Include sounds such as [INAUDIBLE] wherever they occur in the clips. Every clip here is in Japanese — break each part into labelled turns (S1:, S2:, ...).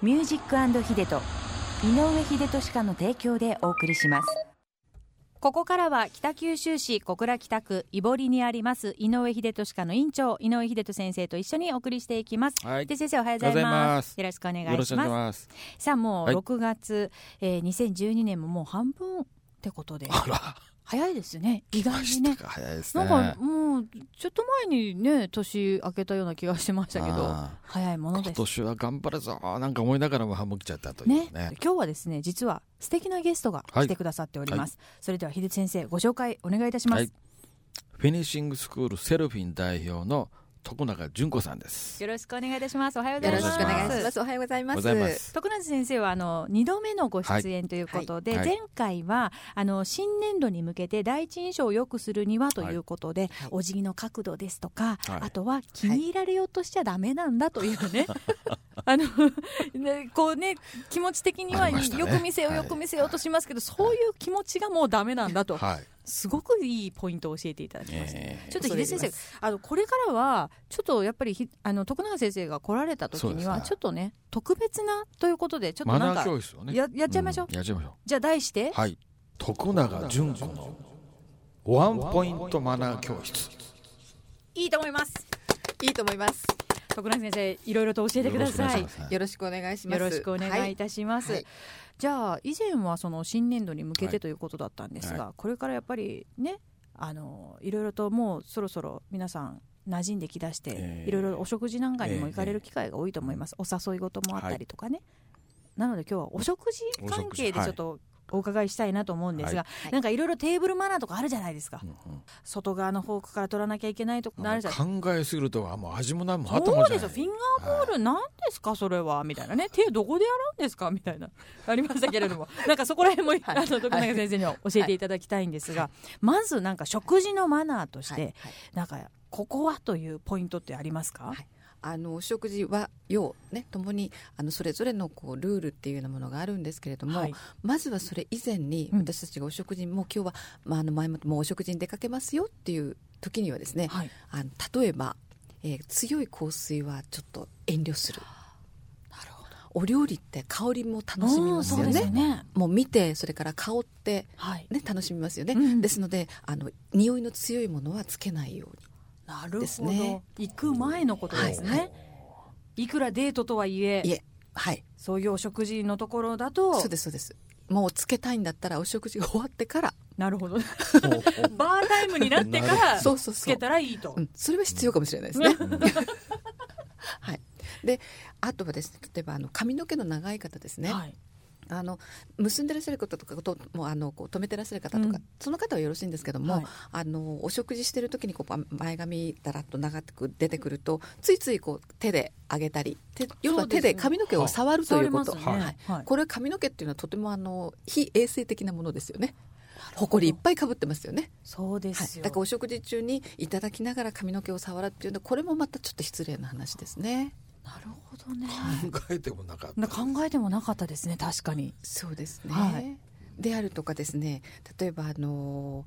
S1: ミュージックヒデと井上秀俊家の提供でお送りします
S2: ここからは北九州市小倉北区井堀にあります井上秀俊家の院長井上秀俊先生と一緒にお送りしていきます、
S3: はい
S2: で先生おはようございます
S3: お
S2: よろしくお願い
S3: よろしく
S2: し
S3: お願いし
S2: ます
S3: ます。
S2: さあもう
S3: はい
S2: 6月、えー、2012年ももう半分ってことで
S3: あら、
S2: 早いですね意外にね
S3: 早いですね。
S2: なんかもうちょっと前にね年明けたような気がしてましたけど
S3: あ
S2: 早いも
S3: ー
S2: の
S3: 今
S2: です
S3: 年は頑張るぞーなんか思いながらも半分来ちゃったという
S2: ね
S3: ね。
S2: 今日はですね実は素敵なゲストが来てくださっております、それでは秀俊先生ご紹介お願いいたします、
S3: はいフィニッシングスクールセルフィン代表の徳永純子さんです。
S2: よろしくお願いいたします。おはようござ
S4: よろ
S2: い
S4: しく
S2: ま
S4: お
S2: す。
S4: 願いします。おはようござい
S3: おはよ
S4: ま
S3: うご
S4: す。
S3: ざいます。
S2: 徳永先生はあの2度目のご出演ということで、
S3: はいは
S2: 前
S3: い
S2: 回はあの新年度に向けて第一印象を良くするにはということで、
S4: はい
S2: お辞儀の角度ですとか、
S3: はい
S2: あとは気に入られようとしちゃダメなんだというね、 [LAUGHS] あのねこうね気持ち的には
S3: あり
S2: よ
S3: ましたね
S2: く見せよう、
S3: はい
S2: よく見せようとしますけど、そういう気持ちがもうダメなんだと、
S3: はい。
S2: すごくいいポイントを教えていただきました。
S3: えー
S2: ちょっと秀先生、あのこれからはちょっとやっぱりひあの徳永先生が来られた時
S3: そうで
S2: に
S3: す
S2: は
S3: ね
S2: ちょっとね特別なということでちょっと
S3: マ
S2: なん
S3: ナ
S2: か
S3: ー教室をね。
S2: ややっちゃいましょう。
S3: んやっちゃいましょ
S2: じゃあ題して
S3: う。はい。徳永純子のワンポイントマナー教室。
S2: いいと思います。
S4: いいと思います。
S2: 徳永先生いろいろと教えてください。
S3: よろしくお願いします
S4: よろしくお
S2: よろしく
S4: 願いします。
S2: お願いいたします。
S4: はい
S2: じゃあ以前はその新年度に向け
S3: は
S2: て
S3: い
S2: ということだったんですが、これからやっぱりねあのいろいろともうそろそろ皆さん馴染んできだして、
S3: ええ
S2: いろいろお食事なんかにも
S3: ええ
S2: 行かれる機会が多いと思います、お誘い事もあったりとかね、なので今日はお食事関係で
S3: お食事
S2: ちょっとお伺いしたいなと思うんですが、
S4: はい
S2: なんかいろいろテーブルマナーとかあるじゃないですか、
S3: うんうん
S2: 外側のフォークから取らなきゃいけないとかあるじゃない
S3: 考えすぎるとあもう味も何もあった
S2: そ
S3: もん
S2: う
S3: じゃ
S2: で
S3: な
S2: す
S3: い
S2: よフィンガーボールなんですかそれはみたいなね手どこでやるんですかみたいなありましたけれどもなんかそこら辺も、あの徳永先生には教えていただきたいんですが、まずなんか食事のマナーとして、
S4: はいはい
S2: なんかここはというポイントってありますか、
S4: はいあのお食事は要ねともにあのそれぞれのこうルールっていうようなものがあるんですけれども、
S2: はい
S4: まずはそれ以前に
S2: うん
S4: 私たちがお食事に、もう今日はまああの前ももうお食事に出かけますよっていう時にはですね、
S2: はい
S4: あの例えば、えー強い香水はちょっと遠慮する。お料理って香りも楽しみます
S2: うんそう
S4: よ
S2: ですよ
S4: ね。
S2: ね
S4: もう見てそれから香って
S2: はい
S4: ね、楽しみますよね、
S2: うん
S4: ですのであの匂いの強いものはつけないように
S2: なるほど、
S4: ですね
S2: 行く前のことですね、
S4: はい
S2: い、くらデートとはいえ
S4: いえはい
S2: そういうお食事のところだと
S4: そうですそうですもうつけたいんだったらお食事が終わってから
S2: なるほどバータイムになってから
S4: そうそうそう
S2: つけたらいいと、
S4: うん、それは必要かもしれないですね、 [LAUGHS] はいであとはですね例えばあの髪の毛の長い方ですね、
S2: はい
S4: あの結んでらっしゃる方とかともうあのこう止めてらっしゃる方とか、
S2: うん
S4: その方はよろしいんですけども、
S2: はい
S4: あのお食事してる時にこうば前髪だらっと長く出てくるとついついこう手で上げたり手要は手で髪の毛を触ると
S2: 触
S4: い
S2: れ
S4: うこ
S2: ます
S4: と、
S2: よね、
S3: はい
S2: はい
S4: これ髪の毛っていうのはとてもあの非衛生的なものですよね。ほこりいっぱいかぶってますよね。
S2: そうで
S4: は
S2: す
S4: い。
S2: よ、
S4: だからお食事中にいただきながら髪の毛を触るっていうのはこれもまたちょっと失礼な話ですね。
S2: なるほどね
S3: 考えてもなかった
S2: な考えてもなかったですね確かに
S4: そうですね。
S2: はい
S4: であるとかですね、例えばあの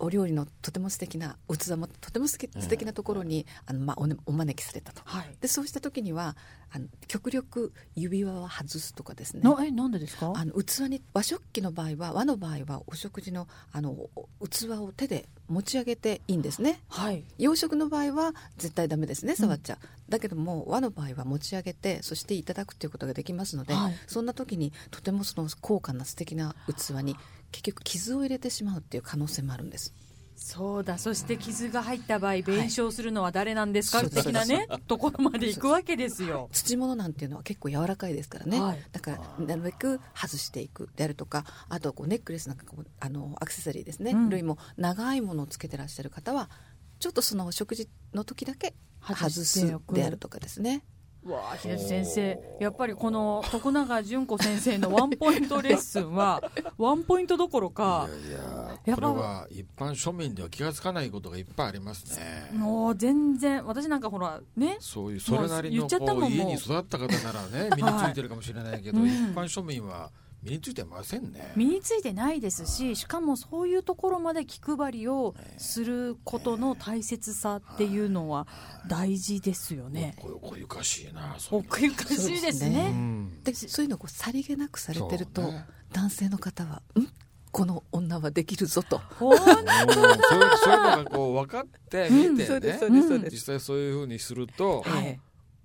S4: お料理のとても素敵な器もとても素敵素敵なところに、あのまあお,、お招きされたと。
S2: はい
S4: でそうした時にはあの極力指輪は外すとかですね。
S2: なえなんでですか
S4: あの器に和食器の場合は和の場合はお食事のあのお器を手で持ち上げていいんですね
S2: はい
S4: 洋食の場合は絶対ダメですね触っちゃ、うだけども和の場合は持ち上げてそしていただくということができますので、
S2: はい
S4: そんな時にとてもその高価な素敵な器に結局傷を入れてしまうっていう可能性もあるんです
S2: そうだそして傷が入った場合弁償するのは誰なんですか、
S4: はい
S2: 的なねところまで行くわけですよ
S4: 土物なんていうのは結構柔らかいですからね、
S2: はい
S4: だからなるべく外していくであるとかあとはこうネックレスなんかこうあのアクセサリーですね、
S2: うん
S4: 類も長いものをつけてらっしゃる方はちょっとそのお食事の時だけ
S2: 外
S4: 外
S2: して
S4: す
S2: おく
S4: であるとかですね
S2: [LAUGHS] わあ秀津先生やっぱりこの徳永純子先生のワンポイントレッスンはワンポイントどころ [LAUGHS] か
S3: いやい
S2: やっぱ
S3: やこれは一般庶民では気がつかないことがいっぱいありますね。
S2: もう全然私なんかほらね
S3: そういうそれなり
S2: もう言
S3: の
S2: っちゃったもん
S3: こう
S2: もう
S3: 家に育った方ならね身についてるかもしれないけど、
S2: うん
S3: 一般庶民は身についてませんね
S2: 身についてないですししかもそういうところまで気配りをすることの大切さっていうのは大事ですよね。
S3: これ奥ゆかしいなそういう
S2: 奥ゆかしいです
S3: う
S2: ね。
S3: ん
S4: でそういうのをこうさりげなくされてると、
S3: そうね
S4: 男性の方は「んこの女はできるぞ」と。
S2: ほん
S3: うんそういうそういうのがこう分かって見て
S4: そうで
S3: ね
S4: すそうですそうで
S3: 実
S4: す。
S3: 際そういうふうにすると
S2: はい
S4: え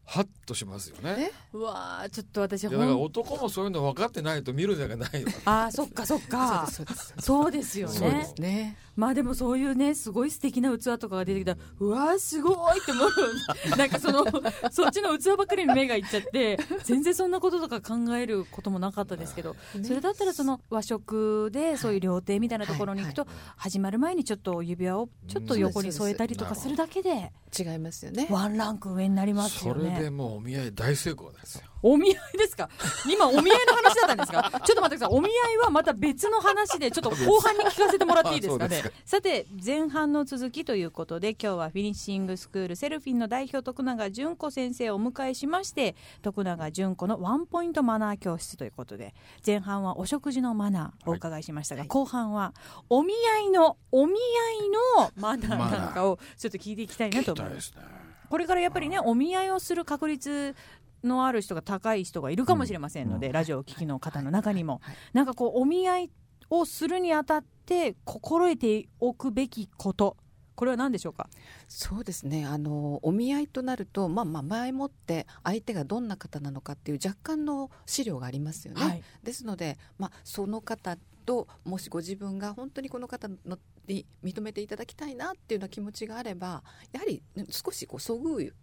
S3: ハッとしますよね
S4: ね
S2: うわあちょっと私
S3: いやだから
S2: ほん
S3: 男もそういうの分かってないと見るんじゃないよ
S2: あーそっかそっ
S4: え
S2: か
S4: そうですそう
S2: そうで
S4: です
S2: すよ
S3: そうで
S2: ね
S3: す。
S4: ね。
S2: まあでもそういうねすごい素敵な器とかが出てきたらうわーすごいって思うなんかそ [LAUGHS] のそっちの器ばっかりに目がいっちゃって全然そんなこととか考えることもなかったですけどそれだったらその和食でそういう料亭みたいなところに行くと始まる前にちょっと指輪をちょっと横に添えたりとかするだけで
S4: 違いますよね。
S2: ワンランク上になります
S3: そ
S2: よ
S3: れで
S2: ね。
S3: もうお見合い大成功ですよ
S2: お見合いですか今お見合いの話だったんですかちょっと待ってくださいお見合いはまた別の話でちょっと後半に聞かせてもらっていいですか
S3: あそうで
S2: ね
S3: すか
S2: さて前半の続きということで今日はフィニッシングスクールセルフィンの代表徳永純子先生をお迎えしまして徳永純子のワンポイントマナー教室ということで前半はお食事のマナーをお伺いしましたが、後半はお見合いのお見合いのマナーなんかをちょっと聞いていきたいなと思い
S3: 大
S2: ます
S3: で。すね
S2: これからやっぱりねお見合いをする確率のある人が高い人がいるかもしれませんので、ラジオをお聞きの方の中にも、
S4: はい
S2: なんかこうお見合いをするにあたって心得ておくべきことこれは何でしょうか
S4: そうですねあのお見合いとなると、まあ、まあ前もって相手がどんな方なのかっていう若干の資料がありますよね。
S2: はい
S4: ですので、まあ、その方ともしご自分が本当にこの方のに認めていただきたいなっていうような気持ちがあればやはりね少しこうそぐう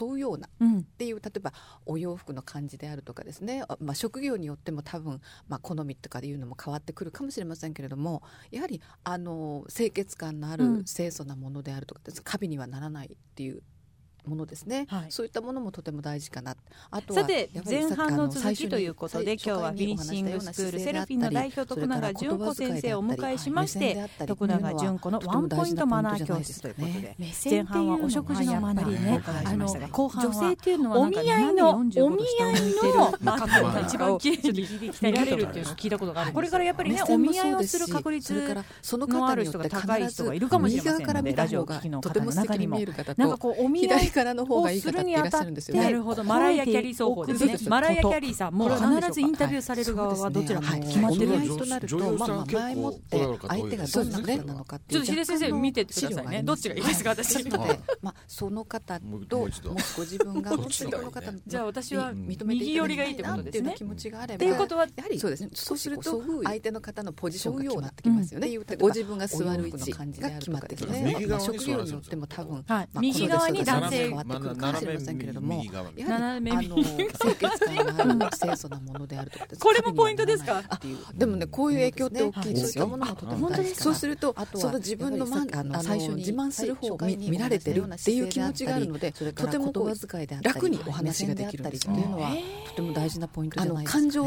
S4: 沿うような
S2: うん
S4: っていう例えばお洋服の感じであるとかですね、あまあ、職業によっても多分、まあ、好みとかいうのも変わってくるかもしれませんけれどもやはりあの清潔感のあ
S2: うん
S4: る清楚なものであるとかです、カビにはならないっていうものですね、
S2: はい
S4: そういったものもとても大事かなあとは
S2: さて
S4: やっぱり
S2: 前
S4: さっき
S2: 半
S4: あ
S2: の続
S4: 最初
S2: き
S4: に
S2: ということで
S4: さ
S2: 今日はフィ
S4: 初回に
S2: ニ
S4: お
S2: ッシン
S4: 話し
S2: グスクールセ
S4: した
S2: ル
S4: ような
S2: フィンの代
S4: 姿勢
S2: 表徳永
S4: であったり
S2: 純子先生をお迎えしまし
S4: それか
S2: て
S4: ら言
S2: 徳
S4: 葉遣いであったり
S2: 永純子の
S4: とて
S2: ワン
S4: も
S2: ポ
S4: 大
S2: イ
S4: 事
S2: ント
S4: な
S2: マナ
S4: ポイント
S2: ー
S4: じ
S2: 教
S4: ゃないで
S2: 室
S4: す
S2: とい
S4: か
S1: 目
S2: うことで
S4: ね
S2: 前半はお食事のマナー
S4: や
S2: ね
S4: っぱりね
S2: あの後半
S1: 女
S2: は
S1: 性っていうのは
S2: お
S1: なん
S2: 見
S1: か
S2: 合いのお見合い
S1: 75度下を向いてる番綺
S2: のマナーが一番綺麗
S3: 一
S1: 麗
S2: に
S1: に
S2: 見られるっていうのを聞いたことがあるこれからやっぱりね
S4: 目
S2: お
S4: 線も
S2: 見合い
S4: そう
S2: を
S4: です
S2: する
S4: し
S2: 確率
S4: それからその
S2: のあ
S4: 方
S2: る
S4: に
S2: 人
S4: よ
S2: が
S4: って
S2: 高い
S4: 必
S2: 人が
S4: ず
S2: いるかもしれ
S4: 右
S2: ませんので
S4: 側から見た方が
S2: ラジオをお聞きの
S4: と
S2: 方
S4: て
S2: の
S4: も
S2: 中
S4: 素敵
S2: に
S4: に
S2: も
S4: 見える方
S2: なんか
S4: と
S2: こうお見合い
S4: 左からの方
S2: を
S4: がいい
S2: す
S4: 方
S2: る
S4: ってい
S2: に
S4: ら
S2: あ
S4: ったし
S2: っ
S4: ゃるんです
S2: て
S4: よね。
S2: マライア・キャリー奏法ですね
S4: 心
S2: マ
S4: 得ておくこと
S2: ライア・キャリーさんも
S4: これは何でしょうか
S2: 必ずインタビューされる側はどちらも
S4: はい
S2: 決まってる
S4: お
S3: そう
S4: 見
S3: ですね
S4: 合い
S3: 女
S4: となると、
S3: 優
S4: まあ
S3: さん
S4: まあ
S3: 結構
S4: 前も
S3: こ
S4: っ
S3: だわ
S4: て
S3: る方多
S4: 相
S3: いで
S4: 手が
S3: すよ
S4: どん
S3: ね
S4: な方なのかって
S2: ちょっ
S4: いう
S2: と秀先生見てってくださいねどっちがいいですか私
S4: ので、まあその方
S3: も
S4: と
S3: う一度
S4: もしご自分が
S3: そっ
S4: 本
S3: ち
S4: 当
S3: の
S4: に
S3: 方
S4: こ
S3: がいいね
S4: の方の
S2: じゃあ私は
S4: に認めていただきたいなってい
S2: 右寄りが
S4: うよう
S2: いいってことです
S4: な
S2: ね
S4: 気持ちがあれば、
S2: っていうことは
S4: やはり
S5: そうですね
S4: 少し
S5: そうする
S4: こ
S5: と
S4: う相手の方のポジションが決まってき
S2: ま
S4: ますす
S5: よ
S4: よ
S5: ね
S4: ね。
S5: ご自分が座
S4: 座
S5: る
S4: る
S5: 位
S4: 位
S5: 置
S4: 置
S5: が
S4: が決
S5: 決ま
S4: ま
S5: っ
S4: ってて
S5: く
S4: く
S5: る
S4: る
S5: ね
S4: ね。
S3: 右
S4: ま
S3: 側に
S4: あ職業によっても多分、
S2: はい
S4: まあ
S2: 右側に男性
S4: この人ですとか変わってくるかもしれませんけれども、
S3: 斜め右
S4: やはり
S2: 斜め
S4: あ
S2: 右
S4: の清潔感のある清楚なものであるとかです、
S2: これもポイントですか
S4: あでもねこういう影響って大きいですよ。
S5: そういったものもとて
S3: も大事かな
S4: そうすると
S5: あとは
S4: その自分のまんあ
S5: やっぱりさっき
S4: の
S5: あの
S4: 最初に
S5: 自
S4: 自
S5: 慢
S4: 慢
S5: す
S4: す
S5: る
S4: る
S5: 方
S4: 方
S5: を
S4: を
S5: 見
S4: 見
S5: 見
S4: 見
S5: ら
S4: ら
S5: れ
S4: れ
S5: て
S4: て
S5: る
S4: る
S5: っ
S4: ってて
S5: い
S4: いうう
S5: 気
S4: 気
S5: 持
S4: 持
S5: ち
S4: ち
S5: が
S4: が
S5: あ
S4: あ
S5: る
S4: る
S5: の
S4: の
S5: で
S4: で
S5: と
S4: と
S5: て
S4: て
S5: も
S4: もこ
S5: こう
S4: う
S5: 楽
S4: 楽
S5: に
S4: に
S5: お
S4: お
S5: 話
S4: 話
S5: が
S4: が
S5: で
S4: で
S5: き
S4: き
S5: る
S4: る
S5: っ
S4: ってて
S5: い
S4: いうう
S5: の
S4: の
S5: は
S4: はと
S5: とて
S4: て
S5: も
S4: も
S5: 大
S4: 大
S5: 事
S4: 事
S5: な
S4: な
S5: ポ
S4: ポ
S5: イ
S4: イ
S5: ン
S4: ン
S5: ト
S4: トじゃ
S5: じゃな
S4: ないいですすか
S5: でかね
S1: 目線っていうのはやっぱりねはい
S2: あの女性ってい
S4: ね。あの感情の部分っていうのはとても大きいですよね。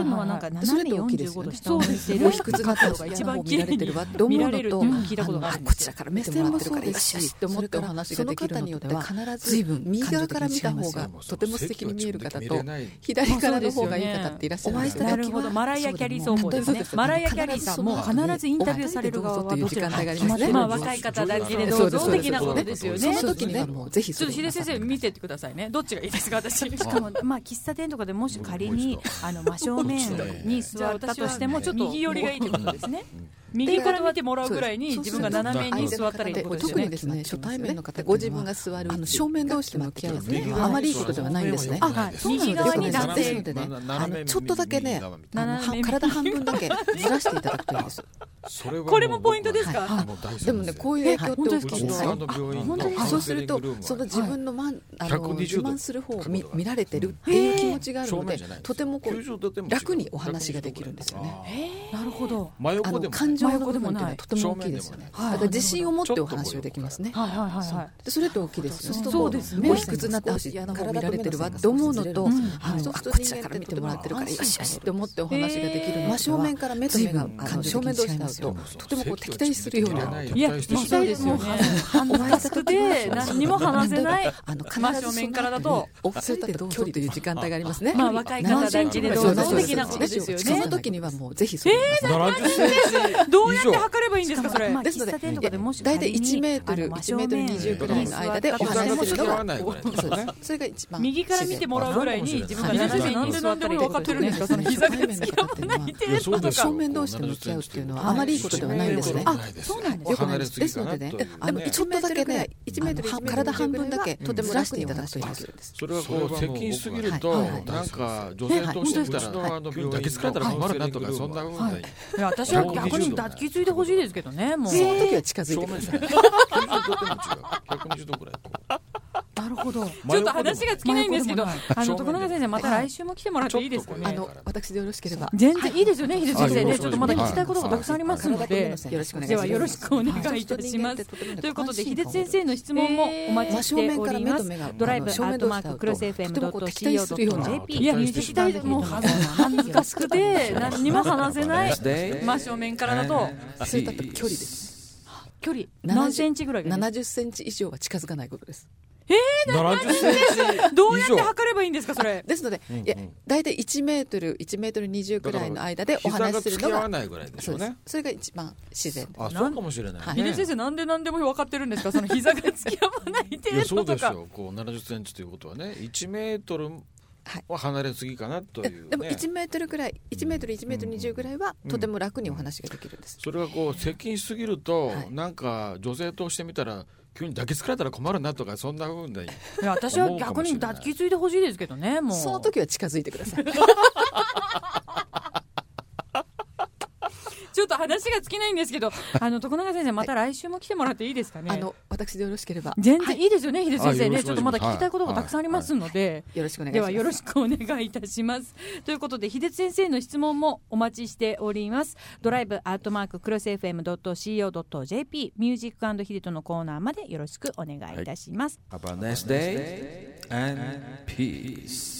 S2: うのはなんか斜め45度下を向いてる
S4: もう低くなった
S2: が
S4: が
S2: 一
S4: 一
S2: 番
S4: 番
S2: 綺
S4: 見
S2: 麗に
S4: られてるわって思う
S2: 見られる
S4: の
S2: って
S4: と
S2: いう聞いたことがあるんですよ
S4: のこちらから見てもらってるからよ
S5: 目線もそうですし
S4: しよしって思ってお話ができるのとでは
S5: その方によって必ず
S4: 随分
S5: 右側から見た方
S3: 側
S5: が
S3: もう
S4: とても素敵に見える方
S3: 席は自
S4: と
S3: 分で決めれない
S4: 左からの方がいい方っていらっしゃる
S5: お
S4: んで
S5: 会いし
S4: す
S5: た
S2: な
S4: よ
S5: 時は
S2: るほどマライア・キャリー奏法です
S5: そう
S2: ね
S5: です
S2: マライア・キャリーさんも必ずインタビューされる側はどちらか
S4: 必ず
S2: 決
S4: イン
S2: ま
S4: タ
S2: っ
S4: ビュー
S2: てまあ
S4: される側はどちらかが
S2: 若い方だけれど
S3: そうです
S2: ぞ的なことですよ
S3: そう
S2: ね
S3: です
S4: その時にはもうぜひ
S2: ちょっと秀先生見
S4: て
S2: てってくださいねどっちがいいで
S1: [LAUGHS]
S2: すか私
S1: しかもまあ喫茶店とかでもし仮に
S3: もう一
S1: あの真正面に
S2: じゃ
S1: 座
S2: あ
S1: った
S2: 私
S1: と
S2: は
S1: してもちょっと
S2: 右寄りがいいってことですね右から見てもらうぐらいに自分が斜めに座ったりってことですよ
S4: 特
S2: ね
S4: にですね初対面の方
S5: ご自分が座る
S4: あの正面同士で向き合う
S3: 右側
S4: ね
S3: に
S4: あまりいいことではないんですね
S3: あはい
S4: そうなんですよ
S2: 右側に男性
S4: ですのでね
S3: 斜め
S4: あのちょっとだけ
S3: 右
S4: ね
S3: 側みた
S4: あの
S2: 斜め
S4: は体半分だけずらしていただくといいです
S3: それはう
S2: これもポイントですか
S3: 僕はもう大好き
S4: でもねこう
S3: う
S4: いう影響って大
S3: ち
S4: きい
S3: の
S4: です
S3: あ
S4: よ
S3: の病院
S1: 本当です
S3: の
S1: か
S4: そうすると
S3: カウンセリングルームは
S4: その自分のまんあの
S3: 120
S4: 自慢する方を見見られてるっていう気持ちがある
S3: 正
S4: の
S3: 面
S4: で
S3: じゃない
S4: とてもこ
S3: 90度でも
S4: う
S3: 違
S4: 楽にお話ができるんですよね。
S2: なるほど
S3: 真
S4: あ
S3: 横で
S4: の
S3: も
S4: 感情の部分っていうのはとても大きいですよね。
S3: 正面でも
S4: だから自信を持ってお話をできますね。
S2: はいはいはい
S4: そう
S2: はい
S4: でそれって大きいですよね。
S2: そうですね
S4: もう卑屈になってあ体見られてるわって思うのと、あの
S5: そう
S4: あ
S5: すると
S4: こ
S5: 人
S4: っ
S5: 間って
S4: ちから見てもらってるから
S5: と
S4: よ
S5: ても
S4: しよしって思ってお
S2: 安心
S4: 話
S2: 感
S4: ができるの
S5: 真正面から目と目が
S4: 感情
S5: 正面
S4: 的
S5: 同
S4: に違
S5: 士
S4: い
S5: だ
S4: ま
S5: と
S4: うととてもこう敵対するよう
S3: いら
S4: な
S3: ない
S2: いや、
S3: 対して
S2: ま
S3: し
S2: さ
S3: まう
S4: そう
S2: に
S4: ですよね
S2: 恥ずかしくて、何にも話せない。
S1: [LAUGHS]
S4: あの必
S2: 真
S4: ず
S2: 正面からだと。
S4: お二人でどうぞという時間帯がありますね。
S2: まあ若い方だけでどうぞ的なことですよね
S4: その時にはもうぜひそう思います。
S3: 70セン
S2: どうやって測ればいいんですか、それ。
S1: まあ、
S4: ですの
S1: 喫
S4: で
S1: 茶店とかでもし
S4: 大体
S1: 仮に
S4: 1メート
S1: あ
S4: ル
S1: の
S4: 1メートル20ぐらいの間でお
S3: チ膝
S4: 話
S3: の
S4: しす
S3: 付き
S4: るの
S3: 合わ
S4: が
S3: ないぐらいです
S4: そうです
S3: ね。
S4: それが一番
S2: 右から見てもらうぐらいに、自分が
S4: そうで
S2: 斜
S4: すね
S2: めに座ったりとかしてるんですか、その膝が付き合わないっていうの
S3: いやそうで
S2: とか
S3: すよ
S4: 正。面同士で向き合うっていうのはあまりいいことではないんですね。
S3: あ
S4: あ、
S3: そうなんで
S4: よ
S3: す
S4: く
S3: ね
S4: な
S3: 離
S4: いで
S3: れ
S4: す。
S3: す
S4: で
S3: ぎ
S4: す
S3: か
S4: の
S3: な
S4: で
S3: と
S4: ね
S3: いう、
S4: あの
S3: ね
S4: ちょっとだけね、1メートル
S5: あの
S4: 体半分だけ
S5: とても
S4: ずらしていただくといいです。
S3: それはこう接近しすぎる
S4: は
S3: と
S4: いはい
S3: なんか女性としてうちのあの病院
S6: 抱きつかれたら困るなとか
S3: そんなふう
S2: は
S3: に
S2: いいや私は逆に抱きついてほしいですけどね、もう。
S4: その時は近づ
S3: 正
S4: いてくだ
S3: 面
S4: さ
S3: じ
S4: い。
S3: ゃない90度でも違う120度ぐらいこう
S2: なるほど。
S3: 真
S2: ちょっ
S3: 横でも
S2: と話が尽きないんですけど、あの、徳永先生、また来週も来てもらっていいですか
S3: は
S4: あ
S2: ね
S3: い。
S4: の私でよろしければ。
S2: 全然いいですよね、秀先生
S3: は
S2: ね。
S3: い
S2: ちょっとまだ聞きたいことがたくさんありますの
S4: 体と
S2: で
S4: 目。線よろしくお願いし
S2: で
S4: ま
S2: は
S4: す。
S2: よろしくお願いいたします。ということで、秀先生の質問もお待ちしております。ドライブアットマーククロス FM.co.jp いや、見せたい、もう恥ずかしくて、何にも話せない。真正面からだと、
S4: それだと距離です。
S2: 距離、何センチぐらいがいい
S4: 七十センチ以上は近づかないことです。
S3: 70セン
S2: どうやって測ればいいんですか、それ。
S4: ですので、いや大体1メートル1メートル20くらいの間で
S3: チ
S4: お
S3: 膝
S4: 話
S3: が
S4: しする
S3: 付
S4: の
S3: き合
S4: が
S3: わないぐらいです
S4: そう
S3: よ
S4: です
S3: ね
S4: それが一番自然
S3: あそうかもしれない
S4: は
S3: ね
S4: い
S2: 秀先生、何で何でも分かってるんですか、その膝が付き合わない
S3: いやそ
S2: 程
S3: う
S2: 度
S3: で
S2: と
S3: す
S2: か。
S3: よこう70センチということはね1メートル
S4: はい
S3: は離れすぎかなと
S4: で
S3: いう
S4: でも
S3: ね
S4: 1メートルくらい1メートル1メートル20ぐらいはとても楽にお話ができるんです、
S3: それがこう接近しすぎると
S4: はい
S3: なんか女性としてみたら急に抱きつかれたら困るなとかそんなふうに
S2: いや私は逆に抱きついてほしいですけどねもう
S4: その時は近づいてください
S2: ちょっと話が尽きないんですけど [LAUGHS] あの徳永先生また来週も来てもらっていいですかね、
S4: あの私でよろしければ
S2: 全然いいですよね、秀先生
S3: あよろ
S2: ね
S3: しく
S2: ちょっとまだ聞きたいことが
S3: はい
S2: たくさんありますので、
S4: よろしくお願いし
S2: で
S4: ます
S2: はよろしくお願いいたしますということで秀先生の質問もお待ちしておりますドライブアットマーククロス FM.co.jp ミュージックヒデトのコーナーまでよろしくお願いいたします、
S6: Have a nice day and peace.